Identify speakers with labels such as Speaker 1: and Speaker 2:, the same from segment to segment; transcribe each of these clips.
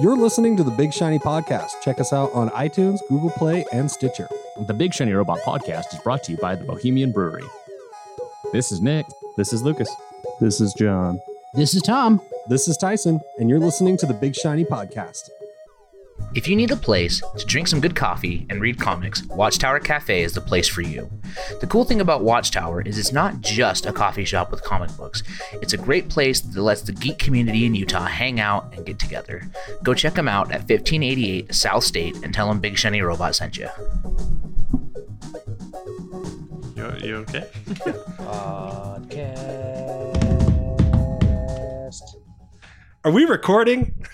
Speaker 1: You're listening to the Big Shiny Podcast. Check us out on iTunes, Google Play, and Stitcher.
Speaker 2: The Big Shiny Robot podcast is brought to you by the Bohemian Brewery. This is Nick.
Speaker 3: This is Lucas.
Speaker 4: This is John.
Speaker 5: This is Tom.
Speaker 1: This is Tyson, and you're listening to the Big Shiny Podcast.
Speaker 6: If you need a place to drink some good coffee and read comics, Watchtower Cafe is the place for you. The cool thing about Watchtower is it's not just a coffee shop with comic books. It's a great place that lets the geek community in Utah hang out and get together. Go check them out at 1588 South State and tell them Big Shiny Robot sent you.
Speaker 3: You, you okay?
Speaker 1: Are we recording?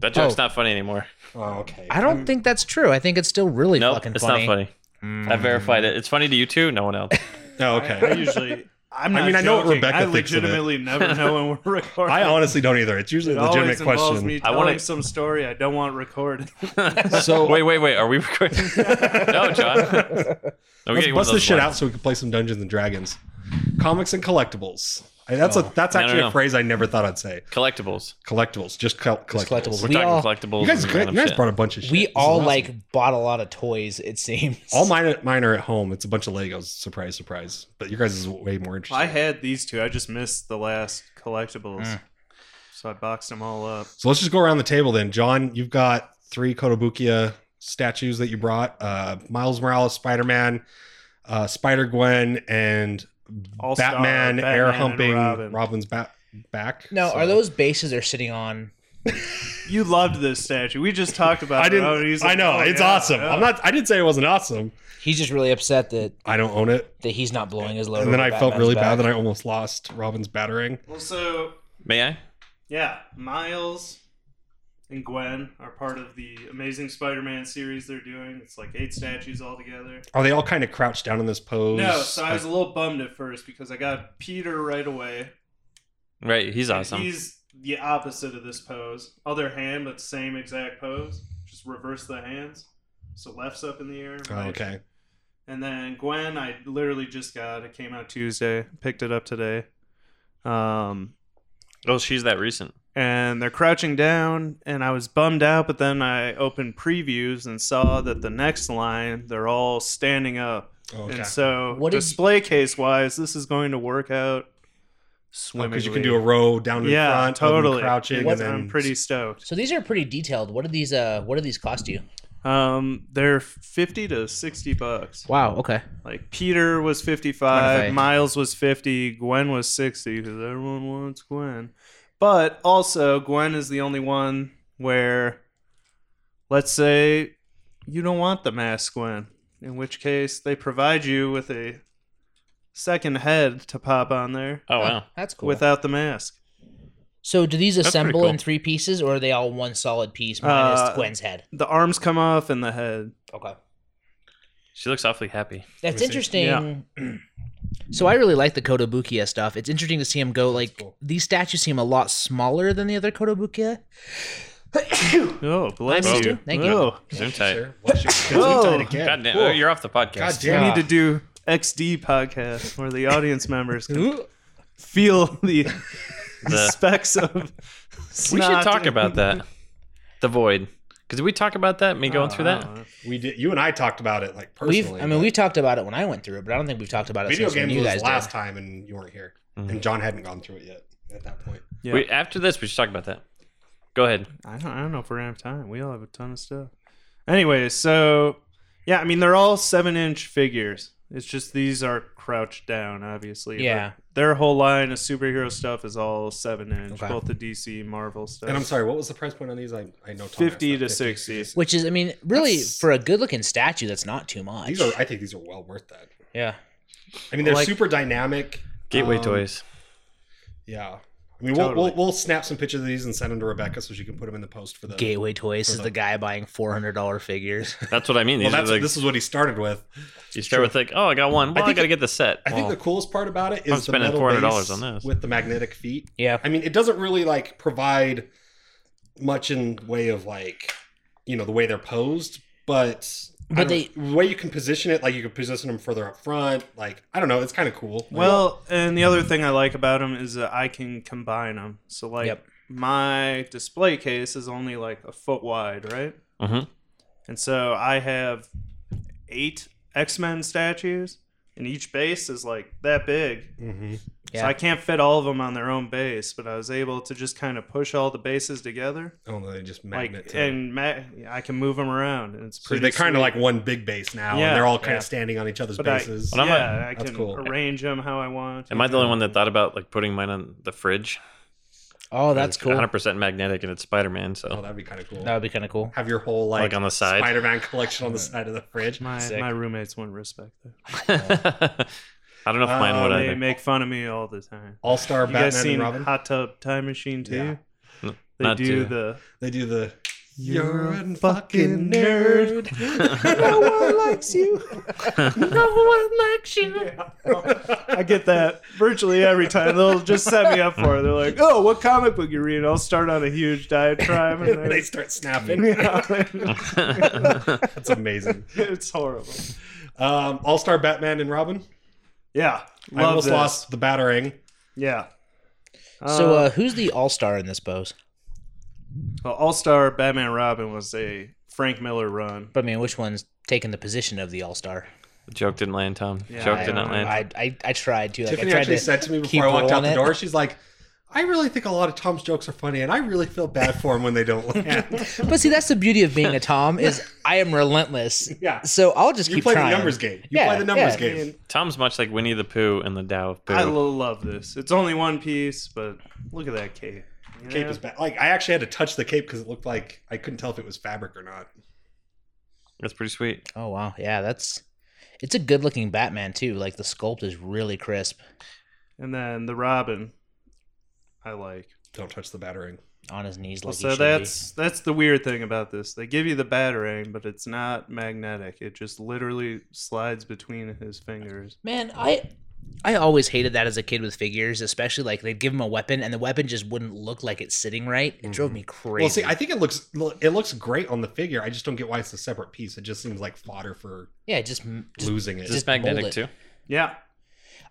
Speaker 3: That joke's
Speaker 6: Oh.
Speaker 3: not funny anymore.
Speaker 1: Oh, okay.
Speaker 6: I don't think that's true. I think it's still really
Speaker 3: No,
Speaker 6: fucking
Speaker 3: it's
Speaker 6: funny.
Speaker 3: not funny.
Speaker 7: Hmm.
Speaker 3: I verified it. It's funny to you too. No one else.
Speaker 1: Oh,
Speaker 8: I, I usually. I'm not
Speaker 1: mean, I know what
Speaker 8: joking.
Speaker 1: Rebecca
Speaker 8: I
Speaker 1: thinks of it.
Speaker 8: legitimately never know when we're recording.
Speaker 1: honestly don't either. It's usually
Speaker 8: it always involves me
Speaker 3: I
Speaker 8: telling
Speaker 3: wanna-
Speaker 8: some story I don't want recorded.
Speaker 1: So
Speaker 3: wait, wait, wait. Are we recording? no, John. Are we
Speaker 7: Let's
Speaker 3: getting one of
Speaker 7: bust this
Speaker 3: those
Speaker 7: shit
Speaker 3: lines?
Speaker 7: out so we can play some Dungeons and Dragons, comics and collectibles. I- that's a that's
Speaker 3: Oh. No, no,
Speaker 7: actually
Speaker 3: no.
Speaker 7: a phrase I never thought I'd say.
Speaker 3: Collectibles.
Speaker 7: Collectibles, just, col- collectibles.
Speaker 5: collectibles.
Speaker 3: We're
Speaker 5: We
Speaker 3: talking
Speaker 5: all-
Speaker 3: collectibles.
Speaker 7: You guys,
Speaker 3: and
Speaker 7: you
Speaker 3: random
Speaker 7: guys
Speaker 3: shit.
Speaker 7: brought a bunch of shit.
Speaker 5: We
Speaker 7: This is
Speaker 5: all
Speaker 7: awesome.
Speaker 5: like bought a lot of toys. It seems
Speaker 7: all mine. are- Mine are at home. It's a bunch of Legos. Surprise, surprise. But your guys is way more interesting.
Speaker 8: I had these two. I just missed the last collectibles,
Speaker 3: Mm.
Speaker 8: so I boxed them all up.
Speaker 7: so let's just go around the table then. John, you've got three Kotobukiya statues that you brought: uh, Miles Morales, Spider Man, uh, Spider Gwen, and
Speaker 8: All-Star,
Speaker 7: Batman,
Speaker 8: Batman
Speaker 7: air
Speaker 8: and
Speaker 7: humping
Speaker 8: Robin.
Speaker 7: Robin's back. Back.
Speaker 5: no.
Speaker 7: So-
Speaker 5: Are those bases they're sitting on?
Speaker 8: You loved this statue. We just talked about.
Speaker 7: I
Speaker 8: it.
Speaker 7: didn't.
Speaker 8: Oh, he's
Speaker 7: I
Speaker 8: like,
Speaker 7: know
Speaker 8: oh,
Speaker 7: it's
Speaker 8: yeah,
Speaker 7: awesome.
Speaker 8: yeah.
Speaker 7: I'm not. I didn't say it wasn't awesome.
Speaker 5: He's just really upset that
Speaker 7: I don't own it,
Speaker 5: that he's not blowing his load.
Speaker 7: and then I
Speaker 5: over
Speaker 7: felt
Speaker 5: Batman's
Speaker 7: really bad
Speaker 5: back.
Speaker 7: that I almost lost Robin's battering.
Speaker 8: Well, so
Speaker 3: May I?
Speaker 8: yeah, Miles and Gwen are part of the Amazing Spider-Man series they're doing. It's like eight statues all together.
Speaker 7: Are they all kind of crouched down in this pose?
Speaker 8: No, so I was a
Speaker 7: Like,
Speaker 8: little bummed at first because I got Peter right away.
Speaker 3: Right, he's
Speaker 8: And
Speaker 3: awesome.
Speaker 8: He's the opposite of this pose. Other hand, but same exact pose. Just reverse the hands. So left's up in the air.
Speaker 7: oh,
Speaker 8: right.
Speaker 7: okay.
Speaker 8: And then Gwen, I literally just got. It came out Tuesday. Picked it up today. Um,
Speaker 3: Oh, she's that recent.
Speaker 8: and they're crouching down, and I was bummed out. But then I opened previews and saw that the next line, they're all standing up.
Speaker 7: Oh, okay.
Speaker 8: And so,
Speaker 5: What did-
Speaker 8: display case wise, this is going to work out swimmingly.
Speaker 7: Because Oh, you can do a row down in
Speaker 8: yeah,
Speaker 7: front, of them
Speaker 8: totally
Speaker 7: crouching,
Speaker 5: What-
Speaker 7: and then
Speaker 8: I'm pretty stoked.
Speaker 5: So these are pretty detailed. What are these? Uh, what do these cost you?
Speaker 8: Um, they're fifty to sixty bucks.
Speaker 5: Wow. Okay.
Speaker 8: Like Peter was
Speaker 5: What
Speaker 8: fifty-five,
Speaker 5: if I-
Speaker 8: Miles was fifty, Gwen was sixty because everyone wants Gwen. But also, Gwen is the only one where, let's say, you don't want the mask, Gwen. In which case, they provide you with a second head to pop on there
Speaker 3: Oh wow.
Speaker 5: That's cool.
Speaker 8: without the mask.
Speaker 5: so do these
Speaker 3: That's pretty
Speaker 5: assemble in
Speaker 3: cool.
Speaker 5: three pieces, or are they all one solid piece minus
Speaker 8: Uh,
Speaker 5: Gwen's head?
Speaker 8: The arms come off and the head.
Speaker 5: Okay.
Speaker 3: She looks awfully happy.
Speaker 7: Let
Speaker 5: That's
Speaker 7: me
Speaker 5: interesting. so I really like the Kotobukiya stuff. It's interesting to see him go like these statues seem a lot smaller than the other Kotobukiya.
Speaker 8: Oh, bless
Speaker 5: missed
Speaker 8: you.
Speaker 5: you. Thank you.
Speaker 8: Oh.
Speaker 3: Zoom tight.
Speaker 7: Sure. Bless you. Zoom
Speaker 8: Whoa.
Speaker 7: tight again.
Speaker 3: God damn.
Speaker 7: Cool.
Speaker 3: Oh, you're off the
Speaker 7: God
Speaker 3: podcast.
Speaker 7: damn.
Speaker 8: We need to do XD podcast where the audience members can feel the,
Speaker 3: The-
Speaker 8: specks of.
Speaker 3: We should talk about that. The void. Because we talk about that, me going through that.
Speaker 8: Oh,
Speaker 7: We did. You and I talked about it like
Speaker 5: We've,
Speaker 7: personally.
Speaker 5: I mean, we talked about it when I went through it, but I don't think we've talked about it
Speaker 7: video
Speaker 5: since when
Speaker 7: games
Speaker 5: you
Speaker 7: was
Speaker 5: guys
Speaker 7: last
Speaker 5: did.
Speaker 7: time, and you weren't here,
Speaker 3: Mhm.
Speaker 7: and John hadn't gone through it yet at that point.
Speaker 8: Yeah.
Speaker 3: We, after this, we should talk about that. Go ahead.
Speaker 8: I don't, I don't know if we're gonna have time. We all have a ton of stuff. Anyway, so yeah, I mean they're all seven inch figures. It's just these are crouched down, obviously. but
Speaker 5: Yeah.
Speaker 8: Their whole line of superhero stuff is all seven inch,
Speaker 5: Okay.
Speaker 8: both the DC, Marvel stuff.
Speaker 7: And I'm sorry, what was the price point on these? I, I know Tom asked
Speaker 8: 50 to
Speaker 7: that.
Speaker 8: 60.
Speaker 5: Which is, I mean, really
Speaker 7: That's-
Speaker 5: for a good looking statue, that's not too much.
Speaker 7: These are. I think these are well worth that.
Speaker 5: yeah.
Speaker 7: I mean, they're
Speaker 8: Like-
Speaker 7: super dynamic.
Speaker 3: Gateway
Speaker 7: Um,
Speaker 3: toys.
Speaker 7: Yeah. I mean,
Speaker 8: Totally.
Speaker 7: we'll, we'll we'll snap some pictures of these and send them to Rebecca so she can put them in the post for the.
Speaker 5: Gateway Toys
Speaker 7: for
Speaker 5: is
Speaker 7: the-
Speaker 5: the guy buying four hundred dollar figures.
Speaker 3: That's what I mean.
Speaker 7: Well,
Speaker 3: These are
Speaker 7: that's
Speaker 3: like,
Speaker 7: this is what he started with.
Speaker 3: you start with like, oh, I got one. Well, I,
Speaker 7: think
Speaker 3: got to
Speaker 7: it-
Speaker 3: get the set.
Speaker 7: I think
Speaker 3: Well,
Speaker 7: the coolest part about it
Speaker 3: I'm
Speaker 7: is the
Speaker 3: spending
Speaker 7: metal
Speaker 3: $400
Speaker 7: base
Speaker 3: on this.
Speaker 7: with the magnetic feet.
Speaker 5: yeah.
Speaker 7: I mean, it doesn't really like provide much in way of like, you know, the way they're posed, but. I
Speaker 5: But
Speaker 7: don't- the way you can position it, like you can position them further up front, like I don't know, it's kind of cool. Like,
Speaker 8: Well, and the other thing I like about them is that I can combine them. So like
Speaker 5: Yep.
Speaker 8: my display case is only like a foot wide, right?
Speaker 3: Mhm.
Speaker 8: And so I have eight X Men statues, and each base is like that big.
Speaker 7: Mm-hmm.
Speaker 5: Yeah.
Speaker 8: So I can't fit all of them on their own base, but I was able to just kind of push all the bases together,
Speaker 7: Oh, no, they just magnet.
Speaker 8: like,
Speaker 7: to-
Speaker 8: and ma- I can move them around, and it's
Speaker 7: so
Speaker 8: pretty.
Speaker 7: they kind of
Speaker 8: sweet.
Speaker 7: like one big base now,
Speaker 8: Yeah.
Speaker 7: and they're all kind
Speaker 8: Yeah.
Speaker 7: of standing on each other's
Speaker 8: But I-
Speaker 7: bases.
Speaker 3: Well, I'm not-
Speaker 8: yeah, I
Speaker 7: That's
Speaker 8: can
Speaker 7: cool.
Speaker 8: arrange them how I want.
Speaker 3: Am I the only one that thought about like putting mine on the fridge?
Speaker 5: Oh, that's cool.
Speaker 3: 100% magnetic and it's Spider Man. So
Speaker 7: oh, that'd be kind of cool.
Speaker 5: That would be kind of cool.
Speaker 7: Have your whole like,
Speaker 3: Like on the side?
Speaker 7: Spider-Man collection on the side of the fridge.
Speaker 8: My
Speaker 5: Sick.
Speaker 8: my roommates wouldn't respect that.
Speaker 3: I don't know if mine would
Speaker 7: Uh,
Speaker 8: They
Speaker 3: either.
Speaker 8: make fun of me all the time.
Speaker 7: All-Star
Speaker 8: You
Speaker 7: Batman
Speaker 8: guys seen
Speaker 7: and Robin.
Speaker 8: Hot Tub Time Machine too?
Speaker 7: Yeah.
Speaker 3: N-
Speaker 8: They
Speaker 3: not
Speaker 8: do
Speaker 3: too.
Speaker 8: the
Speaker 7: They do the
Speaker 8: You're
Speaker 7: a
Speaker 8: fucking nerd.
Speaker 3: No
Speaker 7: one likes you.
Speaker 3: no
Speaker 7: one likes you.
Speaker 8: I get that virtually every time. They'll just set me up for it. They're like, "Oh, what comic book you read?" I'll start on a huge diatribe, and
Speaker 7: they
Speaker 8: they,
Speaker 7: start snapping. That's amazing.
Speaker 8: it's horrible.
Speaker 7: Um, All Star Batman and Robin.
Speaker 8: Yeah,
Speaker 7: I
Speaker 8: love
Speaker 7: almost
Speaker 8: this.
Speaker 7: lost the batarang.
Speaker 8: Yeah.
Speaker 5: so, uh, who's the all star in this pose?
Speaker 8: All Star Batman Robin was a Frank Miller run.
Speaker 5: But I mean, which one's taking the position of the all star?
Speaker 3: Joke didn't land, Tom.
Speaker 8: Yeah,
Speaker 3: Joke
Speaker 5: I,
Speaker 3: did not land.
Speaker 5: I, I, I tried to. Like, I
Speaker 7: Tiffany
Speaker 5: tried
Speaker 7: actually
Speaker 5: to
Speaker 7: said to me
Speaker 5: keep
Speaker 7: before I walked out
Speaker 5: rolling
Speaker 7: the
Speaker 5: it.
Speaker 7: door, she's like, "I really think a lot of Tom's jokes are funny, and I really feel bad for him when they don't land."
Speaker 5: But see, that's the beauty of being a Tom is I am relentless.
Speaker 7: yeah,
Speaker 5: So I'll just
Speaker 7: you
Speaker 5: keep
Speaker 7: play
Speaker 5: trying.
Speaker 7: the numbers game. You
Speaker 5: Yeah,
Speaker 7: play the numbers
Speaker 5: yeah.
Speaker 7: game.
Speaker 3: Tom's much like Winnie the Pooh and the Tao of Pooh.
Speaker 8: I lo- love this. It's only one piece, but look at that cape. You
Speaker 7: Cape
Speaker 8: know?
Speaker 7: is bad. Like I actually had to touch the cape because it looked like I couldn't tell if it was fabric or not.
Speaker 3: That's pretty sweet.
Speaker 5: Oh wow, yeah, that's it's a good looking Batman too. Like the sculpt is really crisp.
Speaker 8: and then the Robin. I like.
Speaker 7: Don't touch the batarang.
Speaker 5: On his knees,
Speaker 8: Well,
Speaker 5: like
Speaker 8: so
Speaker 5: he should
Speaker 8: that's that's the weird thing about this. They give you the batarang, but it's not magnetic. It just literally slides between his fingers.
Speaker 5: be. man. I I always hated that as a kid with figures, especially like they'd give him a weapon and the weapon just wouldn't look like it's sitting right. It drove me crazy.
Speaker 7: Well, see, I think it looks it looks great on the figure. I just don't get why it's a separate piece. It just seems like fodder for
Speaker 5: yeah, just, just
Speaker 7: losing it.
Speaker 3: Is this
Speaker 5: Just mold
Speaker 3: magnetic
Speaker 5: it.
Speaker 3: too?
Speaker 8: Yeah.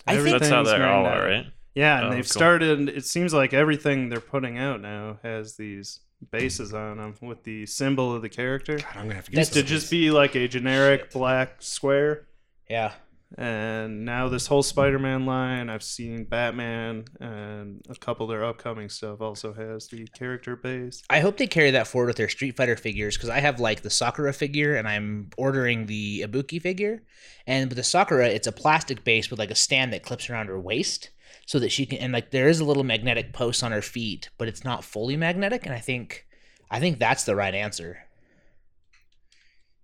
Speaker 5: I think
Speaker 3: That's how
Speaker 8: Everything's
Speaker 3: they all
Speaker 8: magnetic.
Speaker 3: are, right?
Speaker 8: Yeah, and
Speaker 3: Oh,
Speaker 8: they've
Speaker 3: cool.
Speaker 8: started. It seems like everything they're putting out now has these bases on them with the symbol of the character.
Speaker 7: God, I'm gonna have to get
Speaker 5: That's
Speaker 8: Used to
Speaker 7: some.
Speaker 8: just be like a generic black square.
Speaker 5: yeah.
Speaker 8: and now this whole Spider-Man line, I've seen Batman and a couple of their upcoming stuff also has the character base.
Speaker 5: I hope they carry that forward with their Street Fighter figures because I have like the Sakura figure and I'm ordering the Ibuki figure. And with the Sakura, it's a plastic base with like a stand that clips around her waist so that she can and like there is a little magnetic post on her feet, but it's not fully magnetic. And I think I think that's the right answer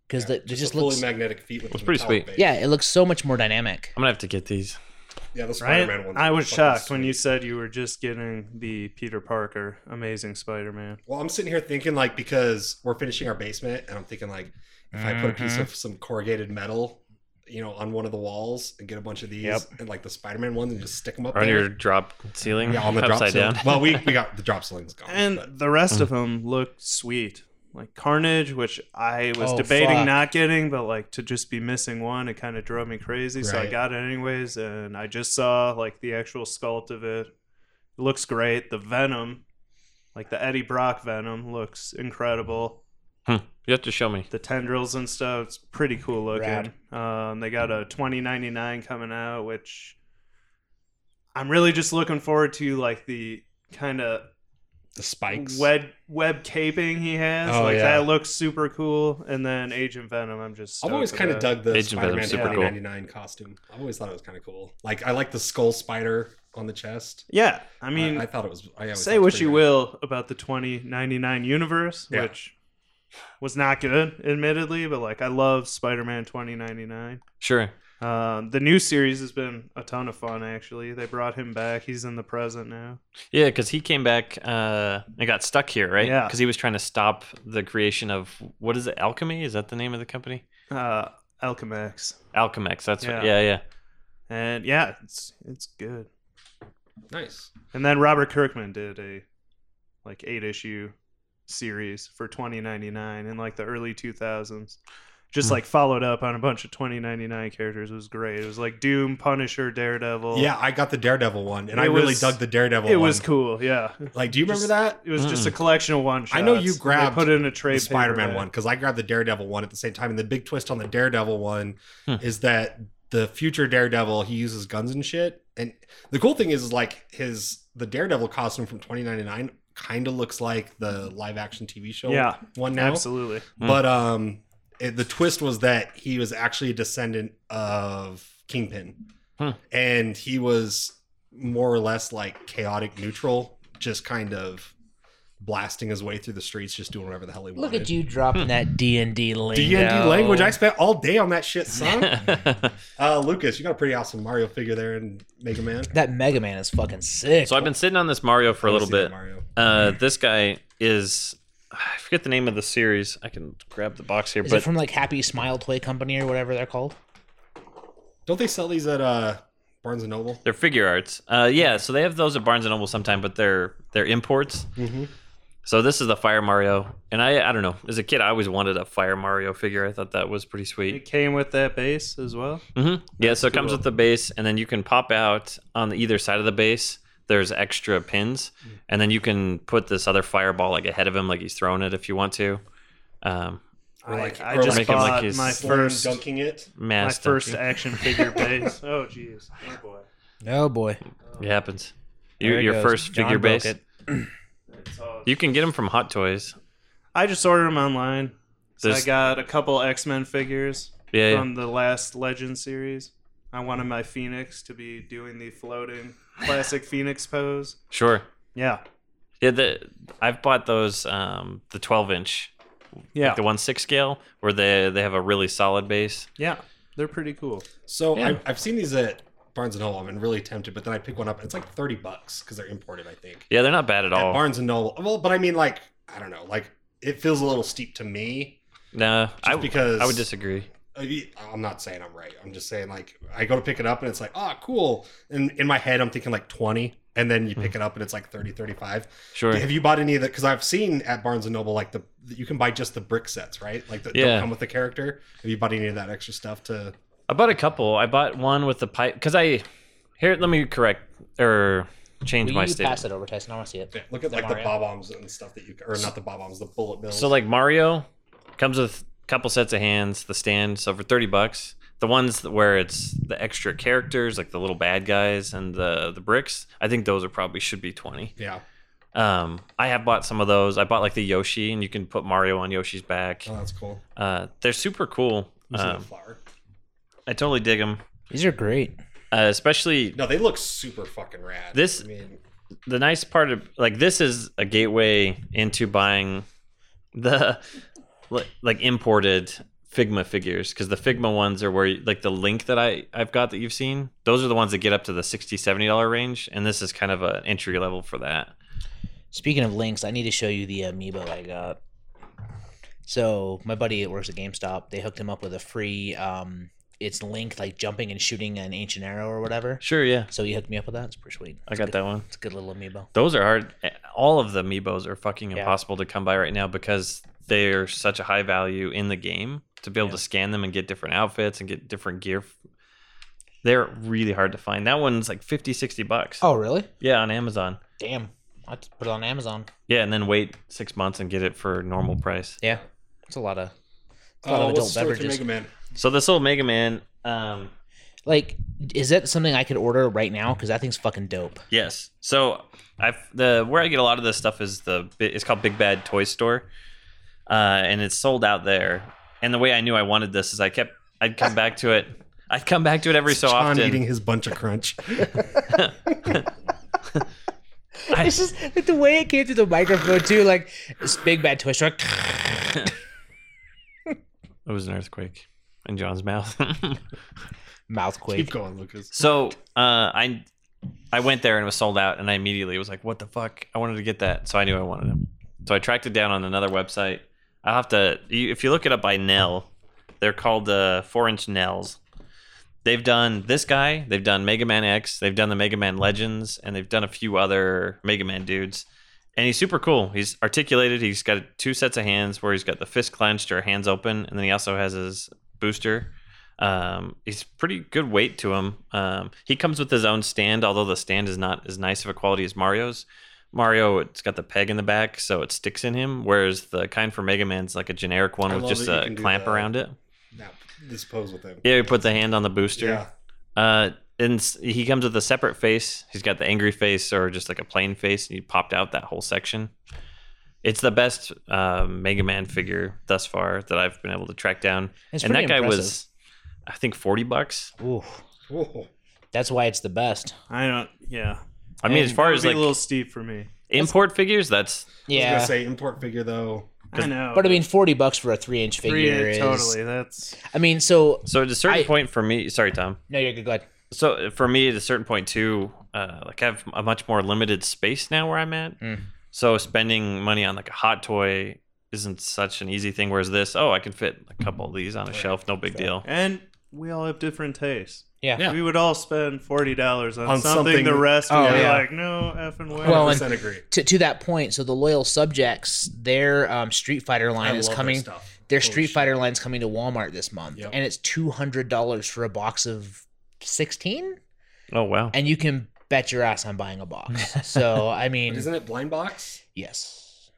Speaker 5: because it
Speaker 7: a
Speaker 5: just
Speaker 7: fully
Speaker 5: looks
Speaker 7: magnetic feet. With
Speaker 3: It's
Speaker 7: a
Speaker 3: pretty
Speaker 7: metallic
Speaker 3: sweet.
Speaker 7: base.
Speaker 5: yeah, it looks so much more dynamic.
Speaker 3: I'm gonna have to get these.
Speaker 7: yeah. The
Speaker 8: Right?
Speaker 7: Spider-Man one.
Speaker 8: I was shocked when you said you were just getting the Peter Parker Amazing Spider-Man.
Speaker 7: Well, I'm sitting here thinking like because we're finishing our basement, and I'm thinking like if I put a piece
Speaker 3: Mm-hmm.
Speaker 7: of some corrugated metal, you know, on one of the walls and get a bunch of these and like the Spider-Man ones and just stick them up
Speaker 3: Or on
Speaker 7: there.
Speaker 3: your drop ceiling,
Speaker 7: yeah, on the drop
Speaker 3: upside
Speaker 7: ceiling.
Speaker 3: down.
Speaker 7: Well, we, we got the drop ceiling's gone. but-
Speaker 8: And the rest of them look sweet. Like Carnage, which I was
Speaker 5: Oh,
Speaker 8: debating
Speaker 5: fuck.
Speaker 8: not getting, but like to just be missing one, it kind of drove me crazy. So I
Speaker 7: Right.
Speaker 8: got it anyways, and I just saw like the actual sculpt of it. It looks great. The Venom, like the Eddie Brock Venom, looks incredible.
Speaker 3: You have to show me.
Speaker 8: The tendrils and stuff, it's pretty cool looking.
Speaker 5: Rad.
Speaker 8: Um, they got a 2099 coming out, which I'm really just looking forward to, like the kind of
Speaker 7: the spikes.
Speaker 8: web web caping he has.
Speaker 7: Oh,
Speaker 8: like
Speaker 7: yeah.
Speaker 8: that looks super cool. And then Agent Venom, I'm just
Speaker 7: I've always
Speaker 8: stoked
Speaker 7: kind of
Speaker 8: about.
Speaker 7: dug the
Speaker 3: Agent Venom's
Speaker 7: Spider-Man
Speaker 3: super cool.
Speaker 7: 2099 costume. I've always thought it was kind of cool. Like I like the skull spider on the chest.
Speaker 8: Yeah, I mean,
Speaker 7: I, I thought it was. I always thought
Speaker 8: say
Speaker 7: it was
Speaker 8: what
Speaker 7: pretty
Speaker 8: you
Speaker 7: rad.
Speaker 8: will about the 2099 universe,
Speaker 7: Yeah.
Speaker 8: which was not good, admittedly, but like I love Spider-Man 2099.
Speaker 3: Sure.
Speaker 8: Um, the new series has been a ton of fun. Actually, they brought him back. He's in the present now.
Speaker 3: Yeah, because he came back uh, and got stuck here, right?
Speaker 8: Yeah.
Speaker 3: Because he was trying to stop the creation of what is it? Alchemy? Is that the name of the company?
Speaker 8: Uh, Alchemax,
Speaker 3: Alchemex. That's yeah.
Speaker 8: Yeah.
Speaker 3: Right. yeah, yeah.
Speaker 8: and yeah, it's it's good.
Speaker 7: Nice.
Speaker 8: And then Robert Kirkman did a like eight issue series for 2099 in like the early 2000s. just
Speaker 7: Hmm.
Speaker 8: like followed up on a bunch of 2099 characters. It was great. It was like Doom, Punisher, Daredevil.
Speaker 7: Yeah, I got the Daredevil one, and
Speaker 8: It
Speaker 7: I really
Speaker 8: was-
Speaker 7: dug the Daredevil.
Speaker 8: it was
Speaker 7: one.
Speaker 8: cool. Yeah,
Speaker 7: Like, do you remember
Speaker 8: Just-
Speaker 7: that?
Speaker 8: it was just a collection of one shots.
Speaker 7: I know you
Speaker 8: They
Speaker 7: grabbed
Speaker 8: put it in a trade
Speaker 7: the Spider-Man
Speaker 8: paperback.
Speaker 7: one because I grabbed the Daredevil one at the same time. And the big twist on the Daredevil one
Speaker 3: Hmm.
Speaker 7: is that the future Daredevil he uses guns and shit. And the cool thing is, is like his the Daredevil costume from 2099 kind of looks like the live action TV show
Speaker 8: Yeah,
Speaker 7: one now.
Speaker 8: absolutely.
Speaker 3: Mm.
Speaker 7: But um, it, the twist was that he was actually a descendant of Kingpin,
Speaker 3: Hmm.
Speaker 7: and he was more or less like chaotic neutral, just kind of blasting his way through the streets, just doing whatever the hell he
Speaker 5: Look
Speaker 7: wanted.
Speaker 5: at you dropping that D and D lingo.
Speaker 7: Hmm. D and D language. I spent all day on that shit, son. uh, Lucas, you got a pretty awesome Mario figure there in Mega Man.
Speaker 5: that Mega Man is fucking sick.
Speaker 3: so I've been sitting on this Mario for a
Speaker 7: I wanna
Speaker 3: little
Speaker 7: see that
Speaker 3: bit.
Speaker 7: Mario.
Speaker 3: Uh, this guy is I forget the name of the series. I can grab the box here,
Speaker 5: Is
Speaker 3: but
Speaker 5: it from like Happy Smile Toy Company or whatever they're called?
Speaker 7: Don't they sell these at uh, Barnes and Noble?
Speaker 3: they're figure arts. Uh, yeah, so they have those at Barnes and Noble sometime, but they're they're imports.
Speaker 7: Mhm.
Speaker 3: So this is the Fire Mario, and I I don't know. As a kid, I always wanted a Fire Mario figure. I thought that was pretty
Speaker 8: It
Speaker 3: sweet.
Speaker 8: came with that base as well.
Speaker 3: hmm
Speaker 5: Mm-hmm.
Speaker 3: Yeah, so it comes
Speaker 8: cool.
Speaker 3: with the base, and then you can pop out on the either side of the base. There's extra pins,
Speaker 5: Mm.
Speaker 3: and then you can put this other fireball like ahead of him, like he's throwing it if you want to. Um,
Speaker 7: Or
Speaker 8: I,
Speaker 7: like-
Speaker 8: I
Speaker 7: or
Speaker 8: just
Speaker 3: like him like
Speaker 8: bought
Speaker 3: his-
Speaker 8: my
Speaker 7: Slam
Speaker 8: first
Speaker 7: dunking it.
Speaker 8: my
Speaker 3: mass
Speaker 8: first
Speaker 3: dunking.
Speaker 8: action figure base. Oh jeez, oh boy.
Speaker 5: Oh boy,
Speaker 3: It happens.
Speaker 5: There
Speaker 3: Your,
Speaker 5: it
Speaker 3: your
Speaker 5: goes.
Speaker 3: first
Speaker 5: John
Speaker 3: figure
Speaker 5: broke
Speaker 3: base.
Speaker 5: it.
Speaker 8: That's all.
Speaker 3: You can get them from Hot Toys.
Speaker 8: I just ordered them online. So I
Speaker 3: There's-
Speaker 8: got a couple X Men figures
Speaker 3: Yeah, yeah.
Speaker 8: from the last Legend series. I wanted my Phoenix to be doing the floating classic Phoenix pose.
Speaker 3: sure.
Speaker 8: Yeah,
Speaker 3: Yeah, the I've bought those um the 12 inch,
Speaker 8: yeah,
Speaker 3: like the one six scale, where they they have a really solid base.
Speaker 8: yeah. They're pretty cool.
Speaker 7: So
Speaker 3: Yeah.
Speaker 7: I've, I've seen these at Barnes and Noble. I've been really tempted, but then I pick one up. and It's like thirty bucks because they're imported, I think.
Speaker 3: Yeah, they're not bad
Speaker 7: At
Speaker 3: at all.
Speaker 7: Barnes and Noble. Well, but I mean, like I don't know, like it feels a little steep to me.
Speaker 3: Nah, I
Speaker 7: because-
Speaker 3: I would disagree.
Speaker 7: Uh, y- I'm not saying I'm right. I'm just saying like I go to pick it up and it's like, oh, cool. And in my head, I'm thinking like twenty, and then
Speaker 3: Hmm.
Speaker 7: you pick it up and it's like 30, 35.
Speaker 3: Sure.
Speaker 7: Have you bought any of that? Because I've seen at Barnes and Noble like the you can buy just the brick sets, right? Like that
Speaker 3: Yeah.
Speaker 7: don't come with the character. Have you bought any of that extra stuff to?
Speaker 3: I bought a couple. I bought one with the pipe because I here. Let me correct or change
Speaker 5: Will
Speaker 3: my
Speaker 5: you
Speaker 3: statement.
Speaker 5: pass it over, Tyson? I want to see it.
Speaker 7: Look at like the
Speaker 5: Mario?
Speaker 7: bob bombs and stuff that you or not the bob bombs, the bullet bills.
Speaker 3: So like Mario comes with a couple sets of hands, the stand, so for 30 bucks. The ones that- where it's the extra characters, like the little bad guys and the the bricks, I think those are probably should be 20.
Speaker 7: yeah,
Speaker 3: Um I have bought some of those. I bought like the Yoshi and you can put Mario on Yoshi's back.
Speaker 7: oh, that's cool.
Speaker 3: Uh they're super cool. Um,
Speaker 7: flower.
Speaker 3: I totally dig them.
Speaker 5: These are great.
Speaker 3: Uh, especially
Speaker 7: No, they look super fucking rad.
Speaker 3: This-
Speaker 7: I mean,
Speaker 3: the nice part of like this is a gateway into buying the li- like imported Figma figures because the Figma ones are where like the link that I I've got that you've seen those are the ones that get up to the 60 70 dollar range and this is kind of an entry level for that
Speaker 5: Speaking of links, I need to show you the amiibo I got. So my buddy that works at GameStop, they hooked him up with a free. Um, it's linked like jumping and shooting an ancient arrow or whatever.
Speaker 3: sure yeah
Speaker 5: So he hooked me up with that. It's pretty sweet.
Speaker 3: I got that one
Speaker 5: It's a good little amiibo.
Speaker 3: those are hard all of the amiibos are fucking
Speaker 5: Yeah.
Speaker 3: impossible to come by right now because they're such a high value in the game to be able
Speaker 5: Yeah.
Speaker 3: to scan them and get different outfits and get different gear they're really hard to find that one's like 50 60 bucks
Speaker 5: Oh really?
Speaker 3: Yeah, on Amazon.
Speaker 5: Damn. I have to put it on Amazon.
Speaker 3: Yeah, and then wait six months and get it for normal price.
Speaker 5: Yeah, it's a lot of
Speaker 7: uh,
Speaker 5: lot of adult
Speaker 7: what's the story with your
Speaker 5: beverages.
Speaker 7: Mega Man?
Speaker 3: So this old Mega Man, um,
Speaker 5: like. Is that something I could order right now? Because that thing's fucking dope.
Speaker 3: yes. So I've the where I get a lot of this stuff is the it's called Big Bad Toy Store, uh, and it's sold out there. And the way I knew I wanted this is I kept I'd come back to it. I'd come back to it every so
Speaker 7: John
Speaker 3: often.
Speaker 7: eating his bunch of crunch.
Speaker 3: I-
Speaker 5: it's just like the way it came through the microphone too. Like this big bad toy truck.
Speaker 3: It was an earthquake in John's mouth.
Speaker 5: Mouthquake.
Speaker 7: Keep going, Lucas.
Speaker 3: So uh, I I went there and it was sold out, and I immediately was like, "What the fuck? I wanted to get that." So I knew I wanted them. So I tracked it down on another website. I'll have to you- if you look it up by Nell, they're called uh, four inch Nells. They've done this guy, they've done Mega Man X, they've done the Mega Man Legends, and they've done a few other Mega Man dudes. and he's super cool. He's articulated. He's got two sets of hands where he's got the fist clenched or hands open, and then he also has his booster. Um, he's pretty good weight to him. Um, he comes with his own stand, although the stand is not as nice of a quality as Mario's. Mario, it's got the peg in the back, so it sticks in him, whereas the kind for Mega Man's like a generic one
Speaker 7: I
Speaker 3: with
Speaker 7: love
Speaker 3: just
Speaker 7: that you
Speaker 3: a
Speaker 7: can do
Speaker 3: clamp
Speaker 7: that.
Speaker 3: around it.
Speaker 7: Now, this pose with him.
Speaker 3: Yeah, he put the hand on the booster.
Speaker 7: Yeah.
Speaker 3: Uh, and s- he comes with a separate face. He's got the angry face or just like a plain face, and he popped out that whole section. It's the best uh, Mega Man figure thus far that I've been able to track down.
Speaker 5: It's
Speaker 3: and that
Speaker 5: pretty
Speaker 3: guy
Speaker 5: impressive.
Speaker 3: was, I think, 40 bucks.
Speaker 5: Ooh,
Speaker 7: Whoa.
Speaker 5: that's why it's the best.
Speaker 8: I don't. Yeah,
Speaker 3: I mean,
Speaker 5: And
Speaker 3: as
Speaker 5: that
Speaker 3: far
Speaker 8: That would
Speaker 3: as
Speaker 8: be
Speaker 3: like
Speaker 8: a little steep for me.
Speaker 3: import figures,
Speaker 7: I
Speaker 3: that's
Speaker 7: was
Speaker 5: Yeah,
Speaker 7: gonna say import figure though.
Speaker 8: I know,
Speaker 5: but I mean, forty bucks for a three-inch figure
Speaker 8: three
Speaker 5: is.
Speaker 8: totally. That's
Speaker 5: I mean, so
Speaker 3: so at a certain
Speaker 5: I-
Speaker 3: point for me. Sorry, Tom.
Speaker 5: no, you're good. Go ahead.
Speaker 3: so uh, for me at a certain point too uh, like i have a much more limited space now where i'm at
Speaker 5: Mm.
Speaker 3: so spending money on like a hot toy isn't such an easy thing whereas this oh i can fit a couple of these on a shelf no big deal
Speaker 8: and we all have different tastes.
Speaker 5: Yeah.
Speaker 7: Yeah.
Speaker 8: We would all spend forty dollars on,
Speaker 7: On
Speaker 8: something,
Speaker 7: something-
Speaker 8: The rest
Speaker 5: Oh,
Speaker 8: would be
Speaker 5: yeah.
Speaker 8: like, no effing way.
Speaker 5: Well, and-
Speaker 7: percent agree.
Speaker 5: To, to that point, so the loyal subjects, their um, Street Fighter
Speaker 7: I
Speaker 5: line is
Speaker 7: love
Speaker 5: coming.
Speaker 7: Their, stuff.
Speaker 5: Their
Speaker 7: Holy
Speaker 5: Street
Speaker 7: shit.
Speaker 5: Fighter line's coming to Walmart this month,
Speaker 7: Yep.
Speaker 5: and it's two hundred dollars for a box of sixteen,
Speaker 3: oh wow
Speaker 5: and you can bet your ass I'm buying a box. so I
Speaker 7: But
Speaker 5: mean,
Speaker 7: isn't it blind box?
Speaker 5: yes,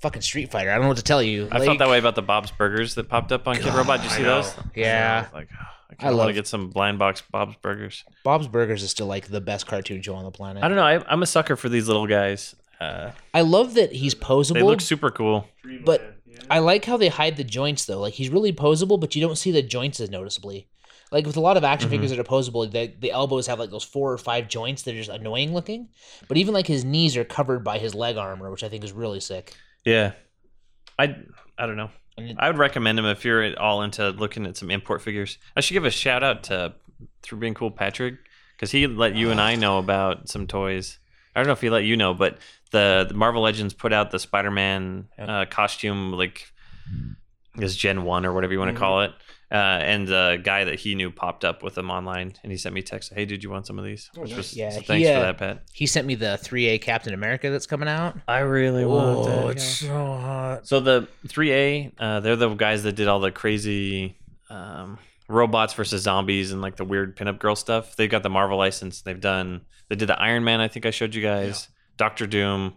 Speaker 5: fucking Street Fighter. I don't know what to tell you.
Speaker 3: i felt that way about the bob's burgers that popped up on kid robot did you
Speaker 7: I
Speaker 3: see
Speaker 7: know.
Speaker 3: those
Speaker 5: Yeah.
Speaker 3: I was like "Oh, i,
Speaker 5: I
Speaker 3: kind of want
Speaker 5: love-
Speaker 3: to get some blind box bob's burgers
Speaker 5: Bob's Burgers is still like the best cartoon show on the planet.
Speaker 3: i don't know I, i'm a sucker for these little guys uh,
Speaker 5: I love that he's posable.
Speaker 3: they look super cool
Speaker 5: but I like how they hide the joints though. Like he's really posable, but you don't see the joints as noticeably. Like with a lot of action
Speaker 3: Mhm.
Speaker 5: figures that are posable, the the elbows have like those four or five joints that are just annoying looking. But even like his knees are covered by his leg armor, which I think is really sick.
Speaker 3: yeah i i don't know
Speaker 5: And it-
Speaker 3: I would recommend him if you're at all into looking at some import figures. I should give a shout out to through being cool Patrick because he let you and I know about some toys. I don't know if he let you know, but the, the Marvel Legends put out the Spider-Man uh, costume, like this Gen One or whatever you
Speaker 7: Mm-hmm.
Speaker 3: want to call it. Uh, and the guy that he knew popped up with them online, and he sent me a text, "Hey, dude, you want some of these?"
Speaker 7: Oh,
Speaker 3: Which
Speaker 7: nice.
Speaker 3: was
Speaker 5: Yeah,
Speaker 3: so
Speaker 5: he,
Speaker 3: thanks
Speaker 5: uh,
Speaker 3: for that, Pat.
Speaker 5: he sent me the 3A Captain America that's coming out.
Speaker 3: I really
Speaker 5: so hot.
Speaker 3: So the 3A, uh, they're the guys that did all the crazy um, robots versus zombies and like the weird pinup girl stuff. They've got the Marvel license. They've done. They did the Iron Man. I think I showed you guys. Doctor Doom,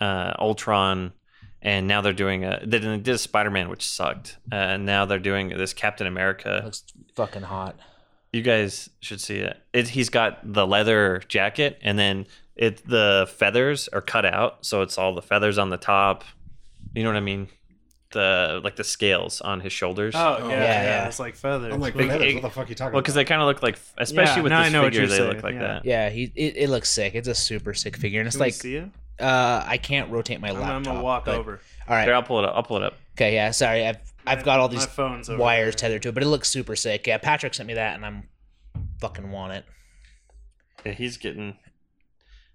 Speaker 3: uh, Ultron, and now they're doing a. They did they did a Spider Man, which sucked. Uh, and now they're doing this Captain America.
Speaker 5: Looks fucking hot.
Speaker 3: You guys should see it. it. He's got the leather jacket, and then it the feathers are cut out, so it's all the feathers on the top. You know what I mean? The like the scales on his shoulders.
Speaker 8: Oh, yeah,
Speaker 7: Oh,
Speaker 8: yeah,
Speaker 5: yeah, yeah.
Speaker 8: It's like feathers.
Speaker 7: I'm like,
Speaker 3: Big-
Speaker 7: feathers,
Speaker 3: big-
Speaker 7: what the fuck you talking
Speaker 3: well,
Speaker 7: about?
Speaker 3: because they kind of look like, especially
Speaker 8: Yeah,
Speaker 3: with
Speaker 8: now I
Speaker 3: this
Speaker 8: know what
Speaker 3: figure,
Speaker 8: you're
Speaker 3: they
Speaker 8: saying,
Speaker 3: look like
Speaker 8: yeah.
Speaker 3: that.
Speaker 5: Yeah, he it, it looks sick. It's a super sick figure, and it's
Speaker 8: Can we
Speaker 5: like
Speaker 8: see it?
Speaker 5: uh, I can't rotate my
Speaker 8: I'm,
Speaker 5: laptop.
Speaker 8: I'm gonna walk
Speaker 5: but-
Speaker 8: over.
Speaker 5: All right.
Speaker 3: Here, I'll pull it up. I'll pull it up.
Speaker 5: Okay. Yeah. Sorry. I've I've
Speaker 8: My-
Speaker 5: got all these
Speaker 8: my phone's over
Speaker 5: wires
Speaker 8: there.
Speaker 5: tethered to it, but it looks super sick. Yeah, Patrick sent me that, and I'm fucking want it.
Speaker 3: Yeah, he's getting.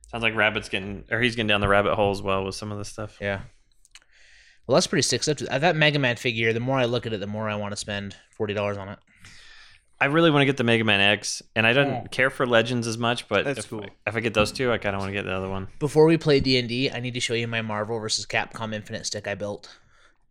Speaker 3: Sounds like rabbits getting, or he's getting down the rabbit hole as well with some of this stuff.
Speaker 5: Yeah. Well, that's pretty sick. Except that Mega Man figure, the more I look at it, the more I want to spend forty dollars on it.
Speaker 3: I really want to get the Mega Man X, and I don't care for Legends as much, but
Speaker 8: That's
Speaker 3: if,
Speaker 8: cool.
Speaker 3: if I get those two, I kind of want to get the other one.
Speaker 5: Before we play D and I need to show you my Marvel versus Capcom Infinite stick I built.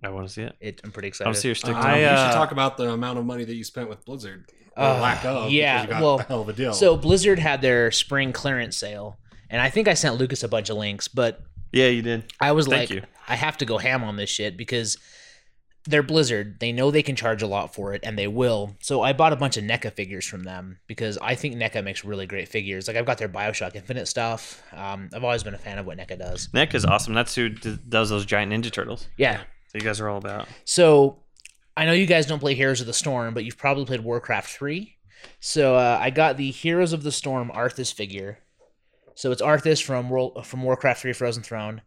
Speaker 3: I want to see it.
Speaker 5: It, I'm
Speaker 3: I
Speaker 5: pretty excited.
Speaker 3: want to see your stick.
Speaker 7: Tom,
Speaker 8: I,
Speaker 7: you
Speaker 8: uh,
Speaker 7: should talk about the amount of money that you spent with Blizzard. Or
Speaker 5: Uh,
Speaker 7: lack of.
Speaker 5: yeah,
Speaker 7: because you got
Speaker 5: well,
Speaker 7: a hell of a deal.
Speaker 5: So Blizzard had their spring clearance sale, and I think I sent Lucas a bunch of links, but
Speaker 3: Yeah, you did.
Speaker 5: I was
Speaker 3: Thank
Speaker 5: like,
Speaker 3: you.
Speaker 5: I have to go ham on this shit because they're Blizzard. They know they can charge a lot for it, and they will. So I bought a bunch of NECA figures from them because I think NECA makes really great figures. Like I've got their Bioshock Infinite stuff. Um, I've always been a fan of what NECA does.
Speaker 3: Nick is awesome. That's who d- does those giant Ninja Turtles.
Speaker 5: Yeah.
Speaker 3: That you guys are all about.
Speaker 5: So I know you guys don't play Heroes of the Storm, but you've probably played Warcraft three. So uh, I got the Heroes of the Storm Arthas figure. So it's Arthas from World from Warcraft three Frozen Throne.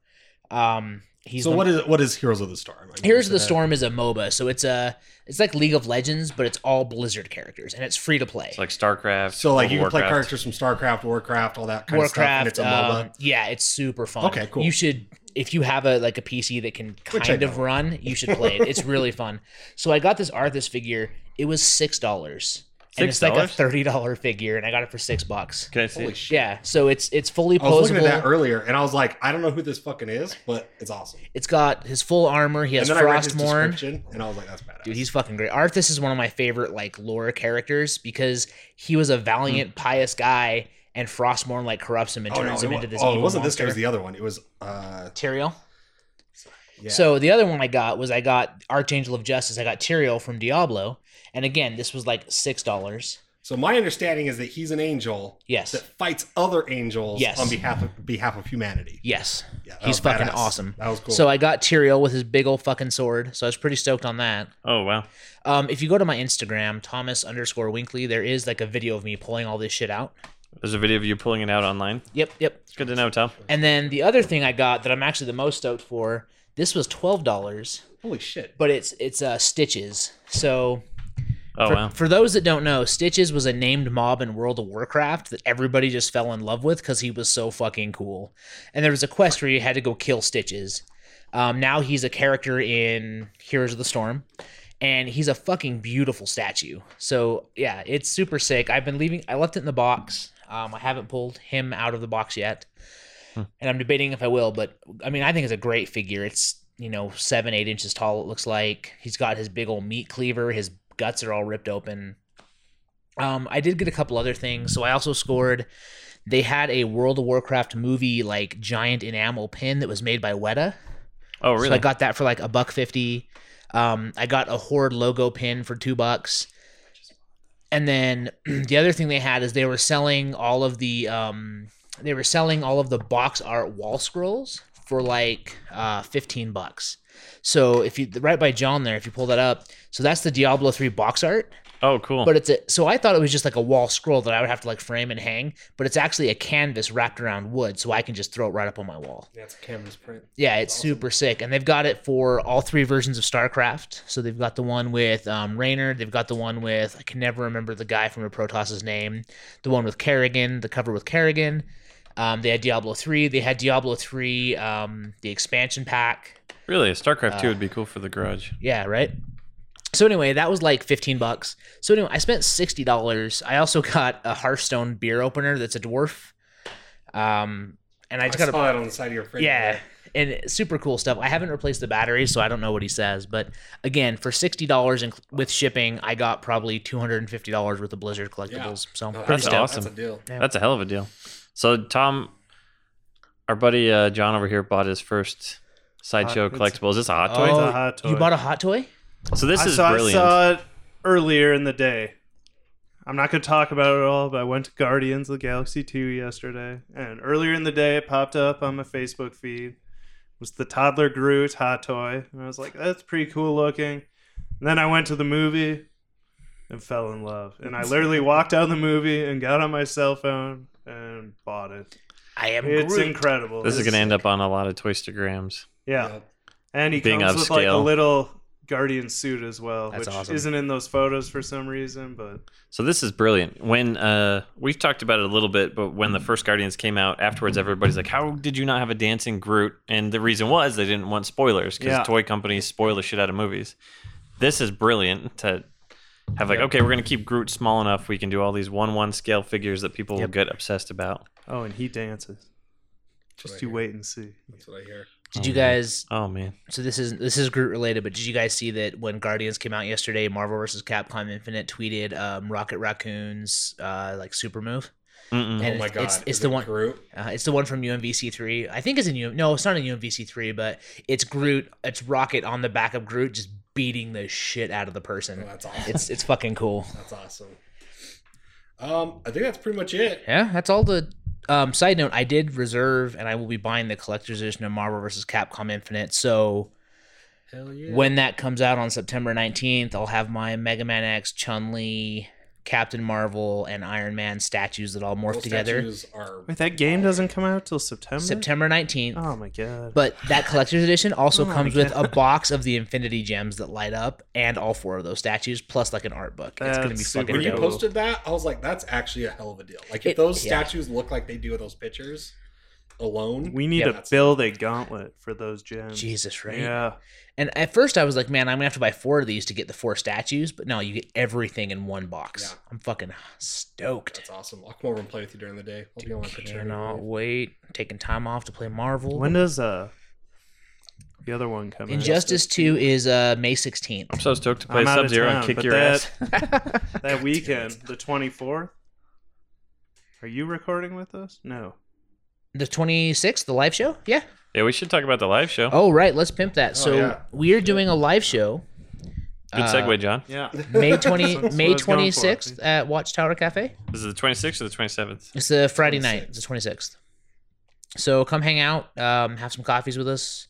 Speaker 5: Um, he's
Speaker 7: so
Speaker 5: the-
Speaker 7: what is what is Heroes of the Storm? I mean,
Speaker 5: Heroes of the
Speaker 7: so that-
Speaker 5: Storm is a MOBA, so it's a it's like League of Legends, but it's all Blizzard characters and it's free to play.
Speaker 3: It's like StarCraft.
Speaker 7: So like
Speaker 3: World
Speaker 7: you
Speaker 3: of
Speaker 7: can play
Speaker 3: Warcraft.
Speaker 7: characters from StarCraft, Warcraft, all that kind
Speaker 5: Warcraft,
Speaker 7: of stuff, and
Speaker 5: um,
Speaker 7: it's
Speaker 5: yeah, it's super fun.
Speaker 7: Okay, cool.
Speaker 5: You should if you have a like a PC that can
Speaker 7: Which I
Speaker 5: kind of
Speaker 7: don't.
Speaker 5: run, you should play it. It's really fun. So I got this Arthas figure. It was six dollars. and it's like a
Speaker 3: $6?
Speaker 5: thirty dollar figure, and I got it for six bucks.
Speaker 3: Can I see?
Speaker 7: Holy shit.
Speaker 5: Yeah, so it's it's fully
Speaker 7: I was looking at that
Speaker 5: posable.
Speaker 7: earlier and I was like, I don't know who this fucking is, but it's awesome.
Speaker 5: It's got his full armor. He has
Speaker 7: and then I read his
Speaker 5: Frostmourne.
Speaker 7: description and I was like, that's badass.
Speaker 5: Dude, he's fucking great. Arthas is one of my favorite like lore characters because he was a valiant, pious guy, and Frostmourne like corrupts him and
Speaker 7: Hmm. oh, no,
Speaker 5: turns
Speaker 7: it,
Speaker 5: him
Speaker 7: wa-
Speaker 5: into this.
Speaker 7: oh, it
Speaker 5: evil
Speaker 7: wasn't this guy,
Speaker 5: monster.
Speaker 7: it was the other one. It was uh
Speaker 5: Tyrael.
Speaker 7: yeah.
Speaker 5: So the other one I got was I got Archangel of Justice. I got Tyrael from Diablo, and again, this was like six dollars.
Speaker 7: So my understanding is that he's an angel
Speaker 5: Yes.
Speaker 7: that fights other angels
Speaker 5: Yes.
Speaker 7: on behalf of behalf of humanity.
Speaker 5: Yes.
Speaker 7: Yeah, that
Speaker 5: He's
Speaker 7: was
Speaker 5: fucking
Speaker 7: Oh, badass.
Speaker 5: awesome.
Speaker 7: That was cool.
Speaker 5: So I got Tyrael with his big old fucking sword. So I was pretty stoked on that.
Speaker 3: Oh wow.
Speaker 5: Um, if you go to my Instagram, Thomas underscore Winkley, there is like a video of me pulling all this shit out.
Speaker 3: There's a video of you pulling it out online.
Speaker 5: Yep, yep.
Speaker 3: It's good to know, Tom.
Speaker 5: And then the other thing I got that I'm actually the most stoked for, this was twelve dollars,
Speaker 7: holy shit.
Speaker 5: but it's it's uh Stitches. So
Speaker 3: Oh
Speaker 5: for,
Speaker 3: wow.
Speaker 5: for those that don't know, Stitches was a named mob in World of Warcraft that everybody just fell in love with because he was so fucking cool. And there was a quest where you had to go kill Stitches. Um, now he's a character in Heroes of the Storm, and he's a fucking beautiful statue. So yeah, it's super sick. I've been leaving. I left it in the box. Um, I haven't pulled him out of the box yet, and I'm debating if I will. But I mean, I think it's a great figure. It's you know seven, eight inches tall. It looks like he's got his big old meat cleaver. His guts are all ripped open. Um, I did get a couple other things. So I also scored. They had a World of Warcraft movie like giant enamel pin that was made by Weta.
Speaker 3: Oh really?
Speaker 5: So I got that for like a buck fifty. Um, I got a Horde logo pin for two bucks. And then the other thing they had is they were selling all of the um, they were selling all of the box art wall scrolls for like uh, fifteen bucks. So if you right by John there, if you pull that up, so that's the Diablo three box art.
Speaker 3: oh cool.
Speaker 5: But it's a so I thought it was just like a wall scroll that I would have to like frame and hang, but it's actually a canvas wrapped around wood, so I can just throw it right up on my wall.
Speaker 7: Yeah, it's a canvas print.
Speaker 5: Yeah, it's super sick, and they've got it for all three versions of StarCraft. So they've got the one with um, Raynor, they've got the one with I can never remember the guy from a Protoss's name, the one with Kerrigan, the cover with Kerrigan. Um, they had Diablo three, they had Diablo three, um, the expansion pack.
Speaker 3: really, a StarCraft two would be cool for the garage.
Speaker 5: Yeah, right. So anyway, that was like fifteen bucks. So anyway, I spent sixty dollars. I also got a Hearthstone beer opener that's a dwarf. Um, and I
Speaker 7: I,
Speaker 5: just
Speaker 7: saw
Speaker 5: got a
Speaker 7: that on the side of your fridge.
Speaker 5: yeah, and super cool stuff. I haven't replaced the batteries, so I don't know what he says. But again, for sixty dollars and with shipping, I got probably two hundred and fifty dollars worth of Blizzard collectibles. So
Speaker 7: No,
Speaker 5: pretty
Speaker 7: that's,
Speaker 5: stoked.
Speaker 7: awesome.
Speaker 3: awesome.
Speaker 7: that's a deal.
Speaker 5: Yeah.
Speaker 3: That's a hell of a deal. So Tom, our buddy uh, John over here bought his first sideshow
Speaker 8: Hot-
Speaker 3: collectible. Is this a hot
Speaker 8: It's
Speaker 3: toy?
Speaker 5: Oh,
Speaker 8: a hot toy.
Speaker 5: You bought a hot toy?
Speaker 3: so this
Speaker 8: I
Speaker 3: is
Speaker 8: saw,
Speaker 3: brilliant.
Speaker 8: I saw it earlier in the day. I'm not going to talk about it all, but I went to Guardians of the Galaxy 2 yesterday, and earlier in the day it popped up on my Facebook feed. It was the Toddler Groot hot toy, and I was like, that's pretty cool looking. And then I went to the movie and fell in love. And I literally walked out of the movie and got on my cell phone and bought it.
Speaker 5: I am.
Speaker 8: It's
Speaker 5: Groot.
Speaker 8: incredible.
Speaker 3: this is
Speaker 8: It's-
Speaker 3: going to end up on a lot of Toystagrams.
Speaker 8: Yeah.
Speaker 7: Yeah.
Speaker 8: And he
Speaker 3: Being
Speaker 8: comes with like a
Speaker 3: upscale.
Speaker 8: little guardian suit as well,
Speaker 5: That's
Speaker 8: which
Speaker 5: awesome.
Speaker 8: isn't in those photos for some reason, but
Speaker 3: So this is brilliant. When uh, we've talked about it a little bit, but when the first Guardians came out, afterwards everybody's like, "How did you not have a dancing Groot?" And the reason was they didn't want spoilers because
Speaker 8: Yeah.
Speaker 3: toy companies spoil the shit out of movies. This is brilliant to have like, okay, we're gonna keep Groot small enough we can do all these one-one scale figures that people will get obsessed about.
Speaker 8: oh, and he dances.
Speaker 7: Right
Speaker 8: Just you
Speaker 7: here.
Speaker 8: wait and see.
Speaker 7: That's what I hear.
Speaker 5: Did you guys?
Speaker 3: Oh man,
Speaker 5: So this is this is Groot related, but did you guys see that when Guardians came out yesterday, Marvel vs. Capcom Infinite tweeted um, Rocket Raccoon's uh, like super move?
Speaker 3: Mm-mm.
Speaker 5: And
Speaker 7: Oh my
Speaker 5: it's-
Speaker 7: god.
Speaker 5: it's, it's
Speaker 7: is
Speaker 5: the
Speaker 7: it
Speaker 5: one.
Speaker 7: Groot?
Speaker 5: Uh, it's the one from UMVC three. I think it's in U. No, it's not in UMVC three, but it's Groot. It's Rocket on the back of Groot, just beating the shit out of the
Speaker 7: Oh,
Speaker 5: person.
Speaker 7: that's awesome.
Speaker 5: It's it's fucking cool.
Speaker 7: That's awesome. Um, I think that's pretty much it.
Speaker 5: Yeah, that's all the. Um, side note: I did reserve, and I will be buying the collector's edition of Marvel vs. Capcom Infinite. So
Speaker 7: Hell yeah.
Speaker 5: when that comes out on September nineteenth, I'll have my Mega Man X, Chun Li, Captain Marvel, and Iron Man statues that all morph
Speaker 7: Those
Speaker 5: together.
Speaker 7: statues Are,
Speaker 8: Wait, that game doesn't come out till September.
Speaker 5: September nineteenth.
Speaker 8: Oh my god.
Speaker 5: But that collector's edition also
Speaker 8: Oh my
Speaker 5: comes with a
Speaker 8: God.
Speaker 5: box of the infinity gems that light up and all four of those statues, plus like an art book. it's gonna be
Speaker 8: That's super
Speaker 5: fucking
Speaker 7: when you
Speaker 5: dope.
Speaker 8: post-
Speaker 7: posted that, I was like, that's actually a hell of a deal. Like if
Speaker 5: It-
Speaker 7: those
Speaker 5: yeah.
Speaker 7: statues look like they do in those pictures, alone.
Speaker 8: We need
Speaker 5: Yeah,
Speaker 8: to build a gauntlet for those gems.
Speaker 5: Jesus, right?
Speaker 8: Yeah.
Speaker 5: And at first I was like, man, I'm gonna have to buy four of these to get the four statues, but no, you get everything in one box.
Speaker 7: Yeah.
Speaker 5: I'm fucking stoked.
Speaker 7: That's awesome. I'll come over and play with you during the day. I'll be on my paternity.
Speaker 5: Cannot
Speaker 7: leave.
Speaker 5: wait. Taking time off to play Marvel.
Speaker 8: When does uh the other one come out?
Speaker 5: Injustice 2 is uh May 16th.
Speaker 3: I'm so stoked to
Speaker 8: I'm
Speaker 3: play
Speaker 8: out of
Speaker 3: Sub Zero
Speaker 8: town,
Speaker 3: and kick
Speaker 8: but
Speaker 3: your
Speaker 8: that-
Speaker 3: ass.
Speaker 8: that weekend, the 24th. Are you recording with us? No.
Speaker 5: The 26th, the live show? Yeah.
Speaker 3: yeah, we should talk about the live show.
Speaker 5: Oh, right. Let's pimp that.
Speaker 7: Oh,
Speaker 5: so
Speaker 7: yeah.
Speaker 5: we are doing a live show.
Speaker 3: Good
Speaker 5: uh,
Speaker 3: segue, John.
Speaker 8: Yeah.
Speaker 5: May 20
Speaker 8: That's what I
Speaker 5: May
Speaker 8: was going for.
Speaker 5: 26th at Watchtower Cafe.
Speaker 3: This is the 26th or the 27th?
Speaker 5: It's the Friday night, it's the 26th. So come hang out, um, have some coffees with us.